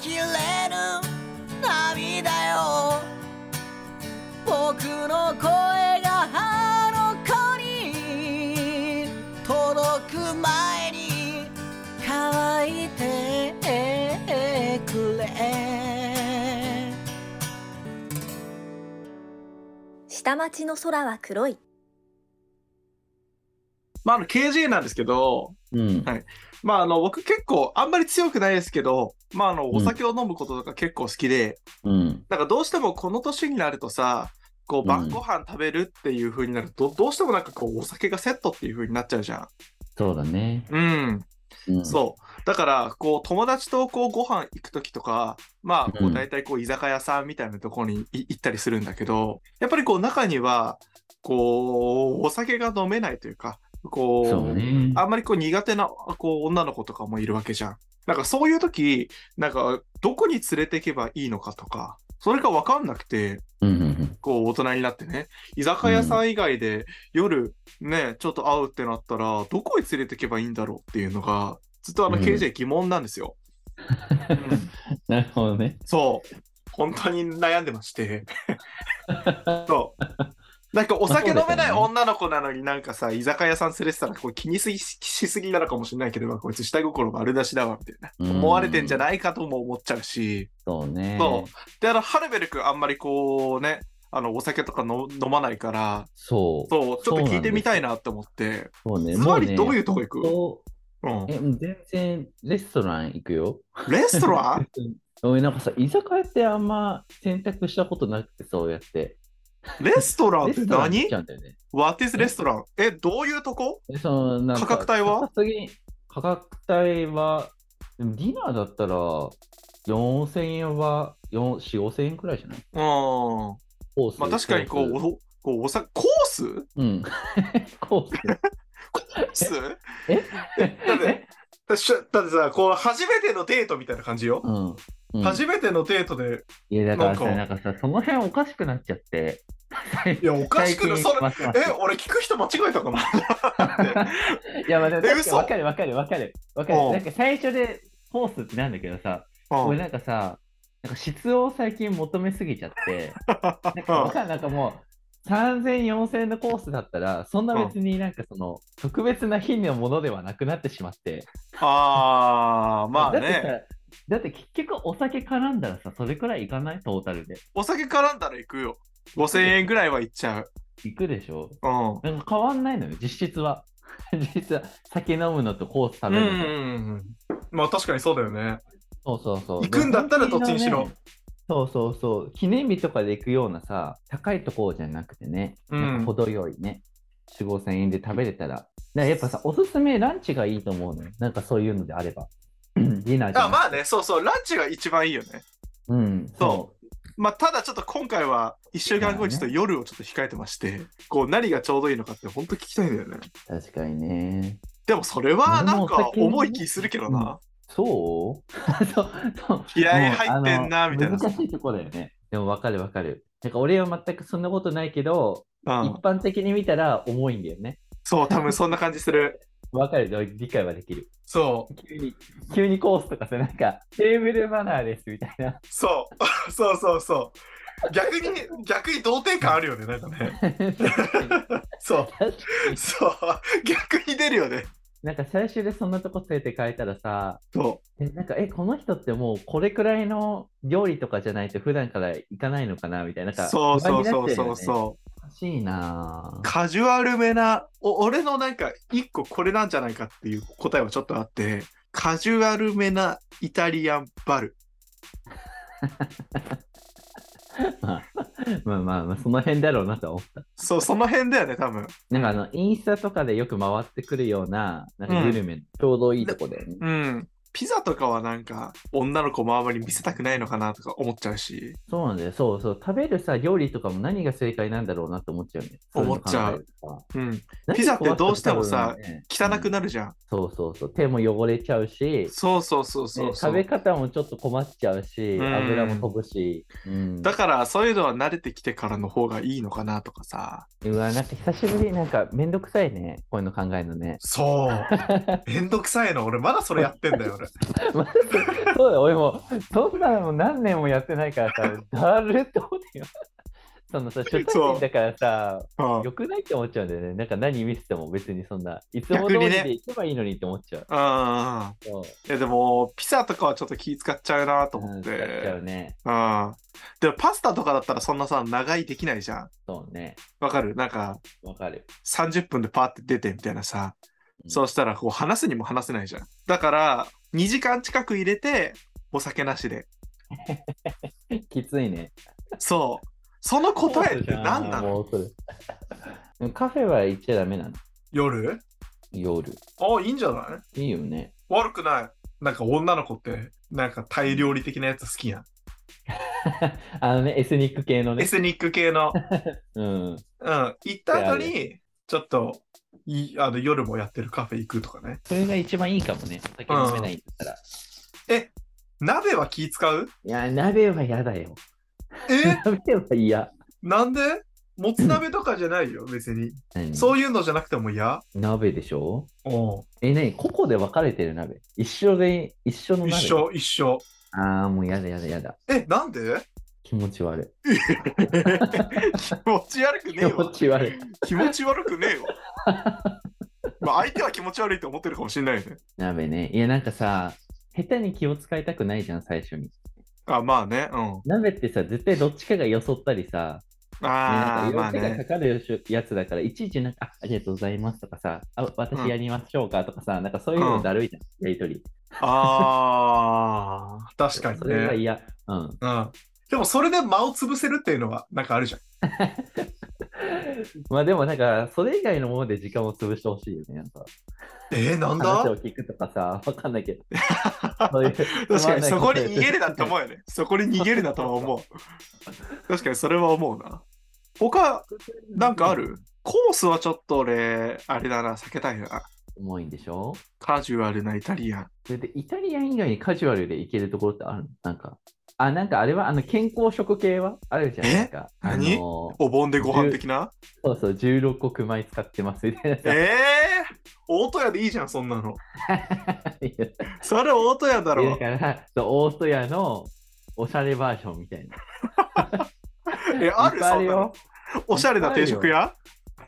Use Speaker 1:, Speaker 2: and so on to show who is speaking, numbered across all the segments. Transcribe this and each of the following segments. Speaker 1: きれぬ涙よ僕の声があの子に届く前に乾いてくれ
Speaker 2: 下町の空は黒い。
Speaker 3: まあ、あの KJ なんですけど、
Speaker 4: うん。
Speaker 3: まあ、あの僕結構あんまり強くないですけど、まあ、あのお酒を飲むこととか結構好きで、
Speaker 4: うん。
Speaker 3: なんかどうしてもこの年になるとさこ
Speaker 4: う
Speaker 3: うん晩ご飯食べるっていう風になると、どうしてもなんかこうお酒がセットっていう風になっちゃうじゃん。
Speaker 4: そうだね。
Speaker 3: うん、
Speaker 4: うん。
Speaker 3: そう。だから、こう、友達とこうご飯行くときとか、まあ、こ
Speaker 4: う
Speaker 3: う、
Speaker 4: ん
Speaker 3: 大体こう、居酒屋さんみたいなところにい行ったりするんだけど、やっぱりこう、中には、こう、お酒が飲めないというか、こ
Speaker 4: そう
Speaker 3: う、
Speaker 4: ね。
Speaker 3: あんまりこう、苦手な、こう、女の子とかもいるわけじゃん。なんかそういうとき、なんか、どこに連れていけばいいのかとか、それがわかんなくて、
Speaker 4: うんうんうん。
Speaker 3: こう大人になってね、居酒屋さん以外で夜ね、ちょっと会うってなったら、どこへ連れてけばいいんだろうっていうのが、ずっとあの
Speaker 4: うん
Speaker 3: KJ 疑問なんですよ。うん
Speaker 4: なるほどね。
Speaker 3: そう。本当に悩んでまして。そう。なんかお酒飲めない女の子なのになんかさ、居酒屋さん連れてたらこう気にすぎししすぎなのかもしれないけど、こいつ下心丸出しだわみたいな。思われてんじゃ
Speaker 4: い
Speaker 3: ないかとも思っちゃうし。
Speaker 4: そうね。
Speaker 3: そうで、あの、ハルベル君あんまりこうね、あの、お酒とかの飲まないから、
Speaker 4: そう。そう
Speaker 3: そう、ちょっと聞いてみたいなって思って。
Speaker 4: ね。
Speaker 3: つまりどう
Speaker 4: う
Speaker 3: い
Speaker 4: ね
Speaker 3: うとこ行く、
Speaker 4: そう
Speaker 3: うん
Speaker 4: え、全然レストラン行くよ。
Speaker 3: レストラ ン
Speaker 4: 俺なんかさ、居酒屋ってあんま選択したことなくて、そうやって。
Speaker 3: レストラン
Speaker 4: レ
Speaker 3: って
Speaker 4: ストラン行っ
Speaker 3: 何
Speaker 4: ちゃうんだよね。
Speaker 3: ?What is レストランえ、どういうとこ
Speaker 4: えそのなんか
Speaker 3: 価格帯は
Speaker 4: 高すぎ価格帯は、でもディナーだったら4000円は4、4 5000円くらいじゃない
Speaker 3: うん。
Speaker 4: コース
Speaker 3: まあ確かにこう、お
Speaker 4: コース
Speaker 3: こうおさコースコ
Speaker 4: うん。 コー
Speaker 3: ース
Speaker 4: え
Speaker 3: だってだしだってさ、こう、初めてのデートみたいな感じよ。
Speaker 4: うん。うん、
Speaker 3: 初めてのデートで、
Speaker 4: いやだからさ、
Speaker 3: な
Speaker 4: なんかさ、その辺おかしくなっちゃって。
Speaker 3: いや、おかしくない、
Speaker 4: 最
Speaker 3: そ
Speaker 4: 近
Speaker 3: れ、
Speaker 4: ますます
Speaker 3: え、俺聞く人間違えた かな
Speaker 4: いや、まあ、でも確か
Speaker 3: 嘘
Speaker 4: にわかるわかるわかるわか
Speaker 3: うん
Speaker 4: る。なんか最初でコースってなんだけどさ、
Speaker 3: う
Speaker 4: 俺
Speaker 3: ん
Speaker 4: なんかさ、なんか質を最近求めすぎちゃって、なんかわかるなんかもう、3000、4000のコースだったら、そんな別になんかその、特別な日のものではなくなってしまって。
Speaker 3: あー、まあ
Speaker 4: だって
Speaker 3: ね。
Speaker 4: さ、だって結局お酒絡んだらさ、それくらいいかないトータルで。
Speaker 3: お酒絡んだら行くよ。5000円ぐらいは行っちゃう。
Speaker 4: いくでしょ
Speaker 3: うん。
Speaker 4: なんか変わんないのよ、実質は。 実質は酒飲むのとコース
Speaker 3: う
Speaker 4: 食
Speaker 3: ん
Speaker 4: べ
Speaker 3: う
Speaker 4: る
Speaker 3: ん
Speaker 4: のと、
Speaker 3: うんうん。まあ確かにそうだよね。
Speaker 4: そうそうそう。
Speaker 3: 行くんだったらどっちにしろ
Speaker 4: で。そうそうそう。記念日とかで行くようなさ、高いところじゃなくてね、
Speaker 3: うん
Speaker 4: なんか程よいね、4、5000円で食べれたら。だからやっぱさ、おすすめランチがいいと思うのよ。なんかそういうのであれば。 うんディナーじゃ
Speaker 3: あ
Speaker 4: ん。
Speaker 3: まあね、そうそう、ランチが一番いいよね。
Speaker 4: うん、
Speaker 3: そ
Speaker 4: そう
Speaker 3: まあただちょっと今回は1週間後にちょっと夜をちょっと控えてまして、こう何がちょうどいいのかって本当聞きたいんだよね。
Speaker 4: う。確かにね。
Speaker 3: でもそれは
Speaker 4: 俺
Speaker 3: なん
Speaker 4: もお
Speaker 3: か
Speaker 4: 酒に
Speaker 3: 重い気するけどな。
Speaker 4: そうそう そう。
Speaker 3: 気合い
Speaker 4: もう
Speaker 3: 入ってんな
Speaker 4: あの
Speaker 3: みたいな
Speaker 4: 難しいとこだよね。でもわかるわかる。なんか俺は全くそんなことないけど、
Speaker 3: うん
Speaker 4: 一般的に見たら重いんだよね。
Speaker 3: そう、多分そんな感じする。
Speaker 4: わかる、理解はできる。
Speaker 3: そう、
Speaker 4: 急に、急にコースとかさ、なんか、テーブルマナーですみたいな。
Speaker 3: そうそうそうそう。逆に、逆に童貞感あるよね、なんかね。
Speaker 4: 確かに
Speaker 3: そう、
Speaker 4: 確かに
Speaker 3: そう、 逆に出るよね。
Speaker 4: なんか最終でそんなとこ連れて帰ったらさ、
Speaker 3: そ
Speaker 4: えなんか、え、この人ってもうこれくらいの料理とかじゃないと普段から行かないのかなみたいな。
Speaker 3: う、そうそうそう
Speaker 4: 不安
Speaker 3: そう
Speaker 4: になっちゃよね
Speaker 3: そう。
Speaker 4: おかしいなぁ
Speaker 3: カジュアルめなお俺のなんか一個これなんじゃないかっていう答えはちょっとあってカジュアルめなイタリアンバル
Speaker 4: まあまあまあ、その辺だろうなとは思った。
Speaker 3: そうその辺だよね多分
Speaker 4: なんかあの、インスタとかでよく回ってくるような、なんかグルメ、ちょうどいいとこだよね。
Speaker 3: うんピザとかはなんか女の子もあまり見せたくないのかなとか思っちゃうし
Speaker 4: そうなんだよ。そうそう。食べるさ、料理とかも何が正解なんだろうなって思っちゃうよね。
Speaker 3: 思っちゃう
Speaker 4: そういうの考
Speaker 3: うん
Speaker 4: えるとさ。
Speaker 3: ピザってどうしてもさ
Speaker 4: 何かこ
Speaker 3: 汚
Speaker 4: う
Speaker 3: く
Speaker 4: なる
Speaker 3: なるじゃん、
Speaker 4: そうそうそう。手も汚れちゃうし、
Speaker 3: そうそうそうそう
Speaker 4: ね
Speaker 3: そう、
Speaker 4: 食べ方もちょっと困っちゃうし、
Speaker 3: うん
Speaker 4: 油も飛ぶし。うん
Speaker 3: だからそういうのは慣れてきてからの方がいいのかなとかさ
Speaker 4: うわ、なんか久しぶりになんかめんどくさいね。こういうの考えるのね。
Speaker 3: そうめんどくさいの俺まだそれやってんだよ
Speaker 4: マジでそうだよ、俺も、そんなの何年もやってないからさ、だるって思ってよ。 そのさ、初対面だからさ、
Speaker 3: うん
Speaker 4: よくないって思っちゃうんだよね。なんか何見せても別にそんな、いつも
Speaker 3: 逆
Speaker 4: 通り
Speaker 3: にね
Speaker 4: で行けばいいのにって思っちゃう。
Speaker 3: うん。
Speaker 4: そう
Speaker 3: いやでも、ピザとかはちょっと気使っちゃうなと思
Speaker 4: うん
Speaker 3: っ
Speaker 4: 使っちゃう
Speaker 3: て。
Speaker 4: ね。
Speaker 3: うん。でもパスタとかだったらそんなさ、長いできないじゃん。
Speaker 4: そうね。
Speaker 3: わかるなんか、
Speaker 4: わかる。
Speaker 3: 30分でパーって出てみたいなさ。
Speaker 4: うん
Speaker 3: そうしたら、こう話すにも話せないじゃん。だから、2時間近く入れて、お酒なしで。
Speaker 4: きついね。
Speaker 3: そう。その答えって何なの
Speaker 4: もうそれでも カフェは行っちゃダメなの。
Speaker 3: 夜
Speaker 4: 夜。
Speaker 3: あ、いいんじゃない
Speaker 4: いいよね。
Speaker 3: 悪くない。なんか女の子って、なんかタイ料理的なやつ好きやん。
Speaker 4: あのね、エスニック系の
Speaker 3: エ
Speaker 4: ね。
Speaker 3: スニック系の。
Speaker 4: うん。
Speaker 3: うん。行った後に、ちょっと、いあの夜もやってるカフェ行くとかね。
Speaker 4: それが一番いいかもね。お酒飲めないんだったら。
Speaker 3: 鍋は気使う
Speaker 4: いや、鍋は嫌だよ。
Speaker 3: え
Speaker 4: 鍋は嫌。
Speaker 3: なんでもつ鍋とかじゃないよ、別に。
Speaker 4: 何
Speaker 3: そういうのじゃなくても嫌
Speaker 4: 鍋でしょ
Speaker 3: おう
Speaker 4: え、何個々で分かれてる鍋一緒で、一緒の
Speaker 3: 一
Speaker 4: 鍋。
Speaker 3: 緒、一緒。
Speaker 4: ああ、もうやだやだやだ。
Speaker 3: え、なん で
Speaker 4: 気持ち悪
Speaker 3: 気持ち悪く
Speaker 4: い。
Speaker 3: ね
Speaker 4: 気
Speaker 3: え
Speaker 4: 持
Speaker 3: わ。
Speaker 4: ち悪い。
Speaker 3: 気持ち悪くねえわ。まあ相手は気持ち悪いと思ってるかもしれないよね。
Speaker 4: 鍋ね。いや、なんかさ、下手に気を使いたくないじゃん、最初に。
Speaker 3: あ、まあね。うん。
Speaker 4: 鍋ってさ、絶対どっちかがよそったりさ、ね
Speaker 3: あ
Speaker 4: な
Speaker 3: あ、
Speaker 4: んか
Speaker 3: まあ
Speaker 4: 色気が
Speaker 3: ね。
Speaker 4: かかるやつだから、いちいちなんか、あありがとうございますとかさ、あ私やりましょうかとかさ、なんかそういうのだるいじゃん、やりとり。
Speaker 3: ああ、確かに
Speaker 4: それは
Speaker 3: ね。
Speaker 4: 嫌。うん。
Speaker 3: うん。でもそれで間を潰せるっていうのはなんかあるじゃん。
Speaker 4: まあでもなんか、それ以外のもので時間を潰してほしいよね。なんか
Speaker 3: えー、なん
Speaker 4: 話
Speaker 3: だ
Speaker 4: を聞くとかさ、わかんない けど。そういう
Speaker 3: 確かにそこに逃げるなって思うよ ね。そこに逃げるなとは思う。確かにそれは思うな。他、なんかあるコースはちょっと俺、あれだな、避けたいな。
Speaker 4: 重いんでしょ
Speaker 3: カジュアルなイタリアン。
Speaker 4: それで、イタリアン以外にカジュアルで行けるところってあるのなんか、あ、なんかあれは、あの、健康食系はあるじゃん。
Speaker 3: え
Speaker 4: なんか、あ
Speaker 3: 何
Speaker 4: のー
Speaker 3: お盆でご飯的な
Speaker 4: そうそう、16個熊井使ってますみたいなさ
Speaker 3: え。えー、大戸屋でいいじゃん、そんなの。
Speaker 4: いや
Speaker 3: それ大戸屋だ
Speaker 4: い
Speaker 3: ろ
Speaker 4: や。だから、そうオーストリアのおしゃれバージョンみたいな。
Speaker 3: え、あ
Speaker 4: い
Speaker 3: るそ
Speaker 4: っぱいあ
Speaker 3: ん
Speaker 4: る
Speaker 3: なの
Speaker 4: よ。
Speaker 3: おしゃれな定食屋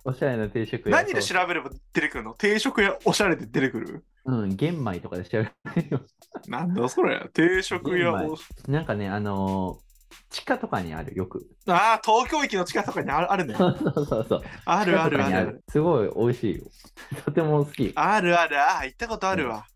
Speaker 4: おしゃれな定食屋
Speaker 3: 何で調べれば出てくるの定食屋、おしゃれで出てくる
Speaker 4: そううん、玄米とかで調べるよ。
Speaker 3: なんだそれ定食屋
Speaker 4: 玄米
Speaker 3: お
Speaker 4: なんかね、あのー地下とかにある、よく。
Speaker 3: ああ、東京駅の近くとかにあるあるね。
Speaker 4: そうそうそう。
Speaker 3: あるあるあ
Speaker 4: 地下とかに
Speaker 3: るある。。
Speaker 4: すごい美味しいよ。とても好き。
Speaker 3: あるある、ああ、行ったことあるわ。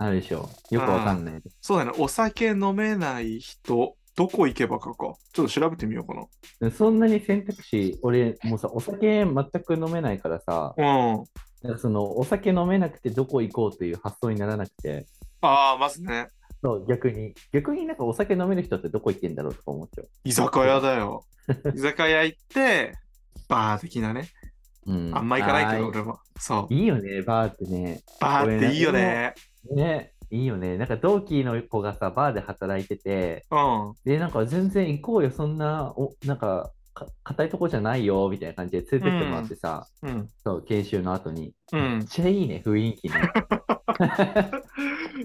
Speaker 4: あるでしょ。よくわかんない。
Speaker 3: そうだね、お酒飲めない人、どこ行けばかか。ちょっと調べてみようか
Speaker 4: そんなに選択肢、俺、もうさ、お酒全く飲めないからさ、
Speaker 3: な。うん。
Speaker 4: なんかその、お酒飲めなくてどこ行こうという発想にならなくて、
Speaker 3: ああ、まずね、
Speaker 4: そう、逆に、逆になんかお酒飲める人ってどこ行ってんだろうとか思っちゃう。
Speaker 3: 居酒屋だ よ。居酒屋行って、バー的なね。
Speaker 4: うん、
Speaker 3: あんま行かないけ
Speaker 4: は
Speaker 3: ど、俺も。そう。
Speaker 4: いいよね、バーってね。
Speaker 3: バーっていいよね。
Speaker 4: ね、いいよね。なんか同期の子がさ、バーで働いてて、
Speaker 3: うん。
Speaker 4: で、なんか全然行こうよ、そんな、おなんか、か硬いとこじゃないよ、みたいな感じで連れてってもらってさ、
Speaker 3: うん。
Speaker 4: そう、研修の後に。
Speaker 3: う
Speaker 4: めっ
Speaker 3: ん。
Speaker 4: ちゃいいね、雰囲気ね。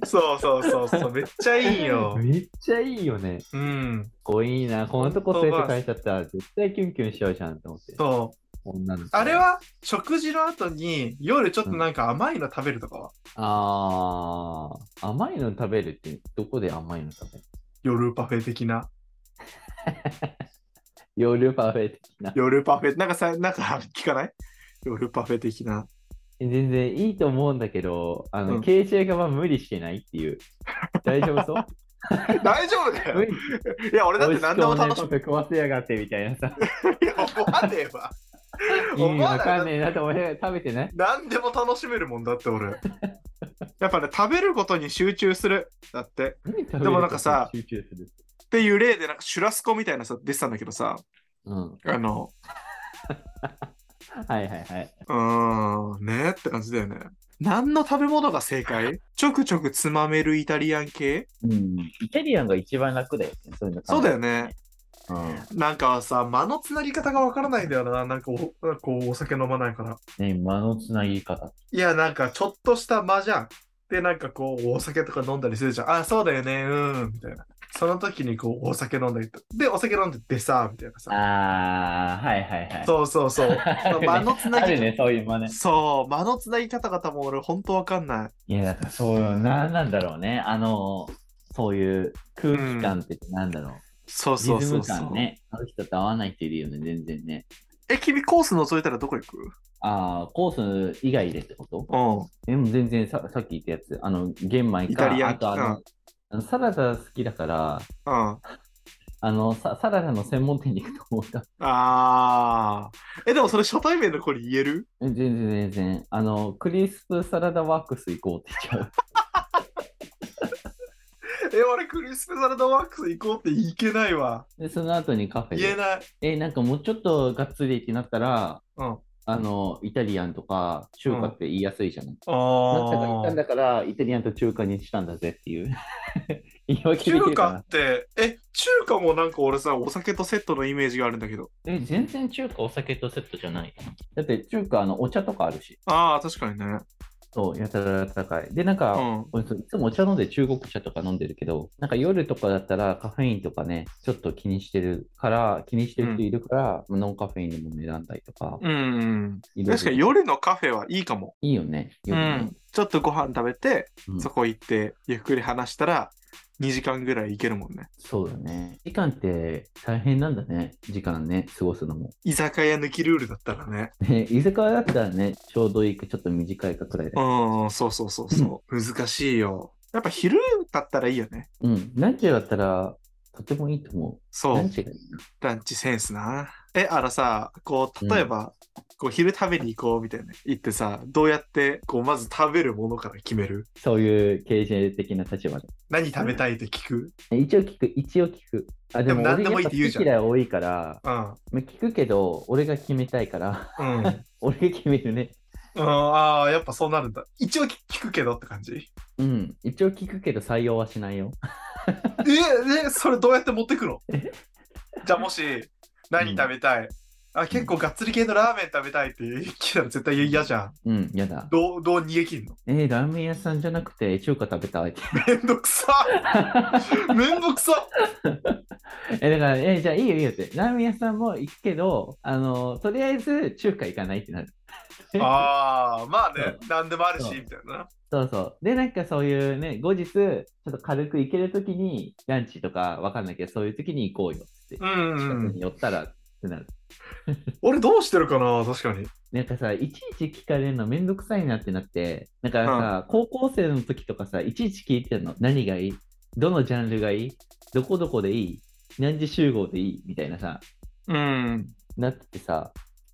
Speaker 3: そうそうそうそう。めっちゃいいよ。
Speaker 4: めっちゃいいよね。かっ
Speaker 3: うん。
Speaker 4: こいいな、こんなとこ連れて帰っちゃったら、絶対キュンキュンしちゃうじゃんと思って。
Speaker 3: そう。
Speaker 4: 女の子
Speaker 3: あれは、食事の後に、夜ちょっとなんか甘いの食べるとかは、
Speaker 4: あー、甘いの食べるって、どこで甘いの食べる
Speaker 3: 夜パフェ的な。
Speaker 4: 夜パフェ的な。
Speaker 3: 夜パフェ、なんかさ、なんか聞かない夜パフェ的な。
Speaker 4: 全然いいと思うんだけど、あの、
Speaker 3: うん
Speaker 4: 経営者側無理してないっていう。大丈 夫そう
Speaker 3: 大丈夫だ
Speaker 4: 無
Speaker 3: よ。
Speaker 4: 理
Speaker 3: いや、俺だって何でも楽し
Speaker 4: しく食わせやがってみたいなさ。
Speaker 3: いや、思わねえわ。
Speaker 4: 意味
Speaker 3: 思わ
Speaker 4: わ
Speaker 3: な
Speaker 4: か
Speaker 3: い
Speaker 4: んねえなと思って食べてね。
Speaker 3: 何でも楽しめるもんだって俺。やっぱね、食べることに集中する。だって。
Speaker 4: で
Speaker 3: でもなんかさ
Speaker 4: 集中する。
Speaker 3: っていう例で、なんかシュラスコみたいなさ、出てたんだけどさ、
Speaker 4: うん。は
Speaker 3: あの、
Speaker 4: いはいはい。
Speaker 3: うーん、ねって感じだよね。何の食べ物が正解ちょくちょくつまめるイタリアン系
Speaker 4: うん。イタリアンが一番楽だよね。そういうの
Speaker 3: そうだよね。
Speaker 4: うん。
Speaker 3: なんかさ、間のつなぎ方がわからないんだよな。なんかお、こう、お酒飲まないから。
Speaker 4: ね、間のつなぎ方。
Speaker 3: いや、なんか、ちょっとした間じゃん。で、なんかこう、お酒とか飲んだりするじゃん。あ、そうだよね、うん、みたいな。その時にこう、お酒飲んだりと。で、お酒飲んででさ、みたいなさ。
Speaker 4: あー、はいはいはい。
Speaker 3: そうそうそう。
Speaker 4: あるね
Speaker 3: 間のつな
Speaker 4: あ
Speaker 3: ぎ、
Speaker 4: るね、そういう真似。
Speaker 3: そう、間のつなぎ方々も俺、ほんとわかんない。
Speaker 4: いや、だからそう、なんなんだろうね。あの、そういう空気感ってなんだろう。
Speaker 3: そうそう
Speaker 4: リズ
Speaker 3: そ
Speaker 4: ム
Speaker 3: うそう。
Speaker 4: 感ね。あの人と合わない人いるよね、全然ね。
Speaker 3: え、君コース覗いたらどこ行く
Speaker 4: ああ、コース以外でってこと
Speaker 3: うん。
Speaker 4: でも全然ささっき言ったやつ、あの、玄米
Speaker 3: イタ
Speaker 4: か、
Speaker 3: リアン
Speaker 4: あとあの、あのサラダ好きだから、
Speaker 3: うん。
Speaker 4: あのさサラダの専門店に行くと思った。
Speaker 3: あー。え、でもそれ初対面の子に言える
Speaker 4: え全然全然。あの、クリスプサラダワークス行こうって言っちゃう。
Speaker 3: え、俺、クリスプサラダワークス行こうって行けないわ。
Speaker 4: で、その後にカフェ
Speaker 3: 言え
Speaker 4: で。
Speaker 3: ない。
Speaker 4: え、なんかもうちょっとがっつりってなったら、
Speaker 3: うん。
Speaker 4: あの、イタリアンとか中華って言いやすいじゃない。なんかが言っ
Speaker 3: あ
Speaker 4: たん
Speaker 3: ー。
Speaker 4: だから、イタリアンと中華にしたんだぜっていう。 言い訳でき
Speaker 3: 中
Speaker 4: るか
Speaker 3: 華
Speaker 4: な
Speaker 3: っ。て、え、中華もなんか俺さ、お酒とセットのイメージがあるんだけど。
Speaker 4: え、全然中華お酒とセットじゃない。だって中華あのお茶とかあるし。
Speaker 3: あー、確かにね。
Speaker 4: そう、やたら高い。で、なん
Speaker 3: う
Speaker 4: か、
Speaker 3: ん。
Speaker 4: 俺そういつもお茶飲んで中国茶とか飲んでるけど、なんか夜とかだったらカフェインとかね、ちょっと気にしてるから、気にしてる人いるから、ノンカフェインのもの選んだりとか、
Speaker 3: うん。
Speaker 4: いろいろ
Speaker 3: 確かに夜のカフェはいいかも。
Speaker 4: いいよね。
Speaker 3: う
Speaker 4: 夜ね
Speaker 3: ん。ちょっとご飯食べて、
Speaker 4: うん
Speaker 3: そこ行って、ゆっくり話したら、2時間ぐらい行けるもんね。
Speaker 4: そうだね。時間って大変なんだね。時間ね、過ごすのも。
Speaker 3: 居酒屋抜きルールだったらね。
Speaker 4: ね、居酒屋だったらね、ちょうどいいか、ちょっと短いかくらいで。
Speaker 3: うん、そうそうそうそう。難しいよ。やっぱ昼だったらいいよね。
Speaker 4: うん。ランチだったら、とてもいいと思う。
Speaker 3: そ
Speaker 4: ラ
Speaker 3: う
Speaker 4: ン。チがいいな。
Speaker 3: ランチセンスな。え、あらさ、こう、例えば、こう、昼食べに行こうみたいな。行ってさ、どうやって、こう、まず食べるものから決める
Speaker 4: そういう経営的な立場で。
Speaker 3: 何食べたいって聞く
Speaker 4: 一応聞く、一応聞く。あで
Speaker 3: でも何でもいいって言うじゃん
Speaker 4: 俺やぱ好き嫌い多いから、
Speaker 3: うん。
Speaker 4: まあ、聞くけど、俺が決めたいから、
Speaker 3: うん。うん、
Speaker 4: 俺が決めるね。
Speaker 3: ああ、やっぱそうなるんだ。一応聞くけどって感じ。
Speaker 4: うん。一応聞くけど採用はしないよ。
Speaker 3: え、え、それどうやって持ってくのじゃあもし、何食べたい、あ、結構がっつり系のラーメン食べたいって聞いたら絶対嫌じゃん。
Speaker 4: うん、やだ。
Speaker 3: どう、どう逃げ切んの
Speaker 4: えーラーメン屋さんじゃなくて中華食べたい。
Speaker 3: めんどくさめんどくさ
Speaker 4: え、だから、えーじゃあいいよいいよって。ラーメン屋さんも行くけど、あのーとりあえず中華行かないってなる。
Speaker 3: ああ、まあね、
Speaker 4: そ
Speaker 3: 何でもあるし、
Speaker 4: そう
Speaker 3: みたいな。
Speaker 4: そうそう。で、なんかそういうね、後日、ちょっと軽く行けるときに、ランチとかわかんないけど、そういうときに行こうよって。
Speaker 3: うんう
Speaker 4: 近
Speaker 3: んう
Speaker 4: く
Speaker 3: ん。
Speaker 4: に寄ったらってなる。
Speaker 3: 俺どうしてるかな、確かに。
Speaker 4: なんかさ、いちいち聞かれるのめんどくさいなってなって、だからさ、高校生の時とかさ、いちいち聞いてるの。何がいいどのジャンルがいいどこどこでいい何時集合でいいみたいなさ、
Speaker 3: うん。
Speaker 4: なっててさ。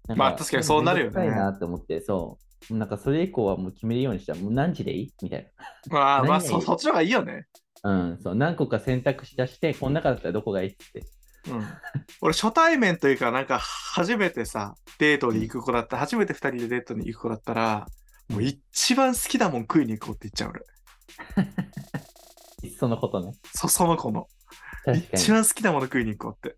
Speaker 4: なん
Speaker 3: まあ確かにそうなるよね
Speaker 4: めんどくさいなって思って、そう。なんかそれ以降はもう決めるようにした。もう何時でいいみたい
Speaker 3: まあまあ
Speaker 4: 何がい
Speaker 3: そ、
Speaker 4: い
Speaker 3: そっちの方がいいよね。
Speaker 4: な。うん、そう。何個か選択肢出して、この中だったらどこがいいって。
Speaker 3: うん。俺、初対面というか、なんか、初めてさ、デートに行く子だった、初めて二人でデートに行く子だったら、もう一番好きだもん食いに行こうって言っちゃう俺。
Speaker 4: そのことね。
Speaker 3: そ、その子の。
Speaker 4: 確か
Speaker 3: 一番好きなもの食いに行こうって。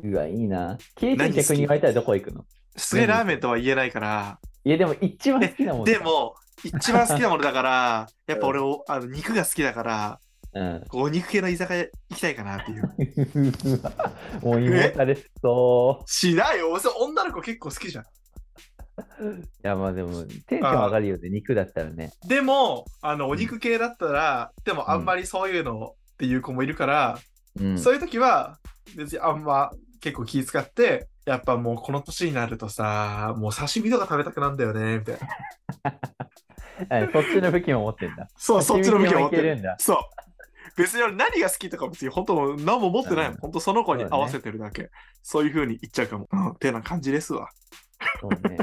Speaker 4: に。うわ、いいな。経営
Speaker 3: 何好き
Speaker 4: 逆に言われたらどこ行くの
Speaker 3: すげえラーメンとは言えないから、
Speaker 4: いや、でも一番好きなもん
Speaker 3: で、も、一番好きなものだから、やっぱ俺を、あの、肉が好きだから、
Speaker 4: うん。
Speaker 3: お肉系の居酒屋行きたいかなっていう。
Speaker 4: もう芋たれそ
Speaker 3: しないよ。それ女の子結構好きじゃん。
Speaker 4: う。いやまあでもテンション上がるよね、肉だったらね。
Speaker 3: でも、あの、お肉系だったら、でもあんまりそういうのっていう子もいるから、
Speaker 4: うん、
Speaker 3: そういう時は、別にあんま結構気遣って、やっぱもうこの年になるとさ、もう刺身とか食べたくなんだよね、みたいな。
Speaker 4: はいそっちの武器を持ってんだ。
Speaker 3: そう、そっちの向きを持っ
Speaker 4: い
Speaker 3: て
Speaker 4: ける
Speaker 3: る。
Speaker 4: んだ。
Speaker 3: そう。別に俺何が好きとか別に本当何も持ってないも。
Speaker 4: うんん
Speaker 3: 本当その子に合わせてるだけ。そう,、いう風に言っちゃうかも。うん、てな感じですわ。
Speaker 4: そうね。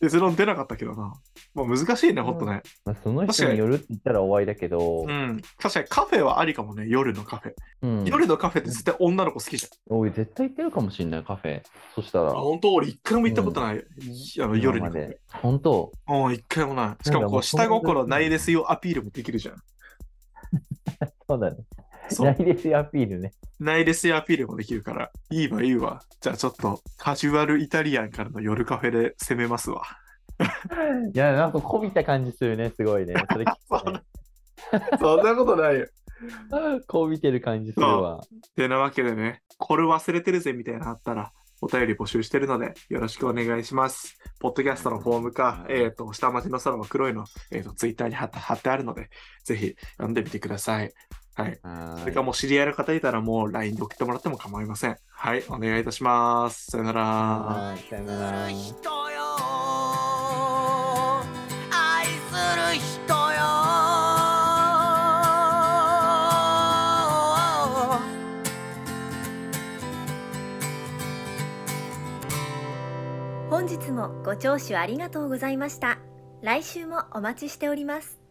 Speaker 3: 結論出なかったけどな。まあ難しいね、
Speaker 4: うん
Speaker 3: ほんとね。
Speaker 4: まあ、その人によるって言ったら終わりだけど
Speaker 3: う、ん。確かにカフェはありかもね、夜のカフェ。
Speaker 4: うん、
Speaker 3: 夜のカフェって絶対女の子好きじゃん。
Speaker 4: おい絶対行ってるかもしれないカフェ。そしたら
Speaker 3: あ、本当俺一回も行ったことない。いあの夜に
Speaker 4: 今まで。本当
Speaker 3: うん、一回もない。しかもこう、下心ないですよアピールもできるじゃん。
Speaker 4: そうだね。
Speaker 3: そう
Speaker 4: ないですよアピールね。
Speaker 3: ないですよアピールもできるから。いいわ、いいわ。じゃあちょっと、カジュアルイタリアンからの夜カフェで攻めますわ。
Speaker 4: いや、なんかこびた感じするね、すごいね。そ れ聞くとね
Speaker 3: そんなことないよ。
Speaker 4: こびてる感じするわ。
Speaker 3: てなわけでね、これ忘れてるぜみたいなのあったら、お便り募集してるので、よろしくお願いします。ポッドキャストのフォームか、えっ、と、下町の空は黒いの、えっ、と、ツイッターに貼って貼ってあるので、ぜひ読んでみてください。はい。
Speaker 4: は
Speaker 3: そ
Speaker 4: ー
Speaker 3: れ
Speaker 4: い
Speaker 3: かもう知り合いの方いたら、もう LINE で送ってもらっても構いません。はい、お願いいたします。さよなら。
Speaker 4: あーさよなら
Speaker 1: 愛する人よ愛する人よ
Speaker 2: 本日もご聴取ありがとうございました来週もお待ちしております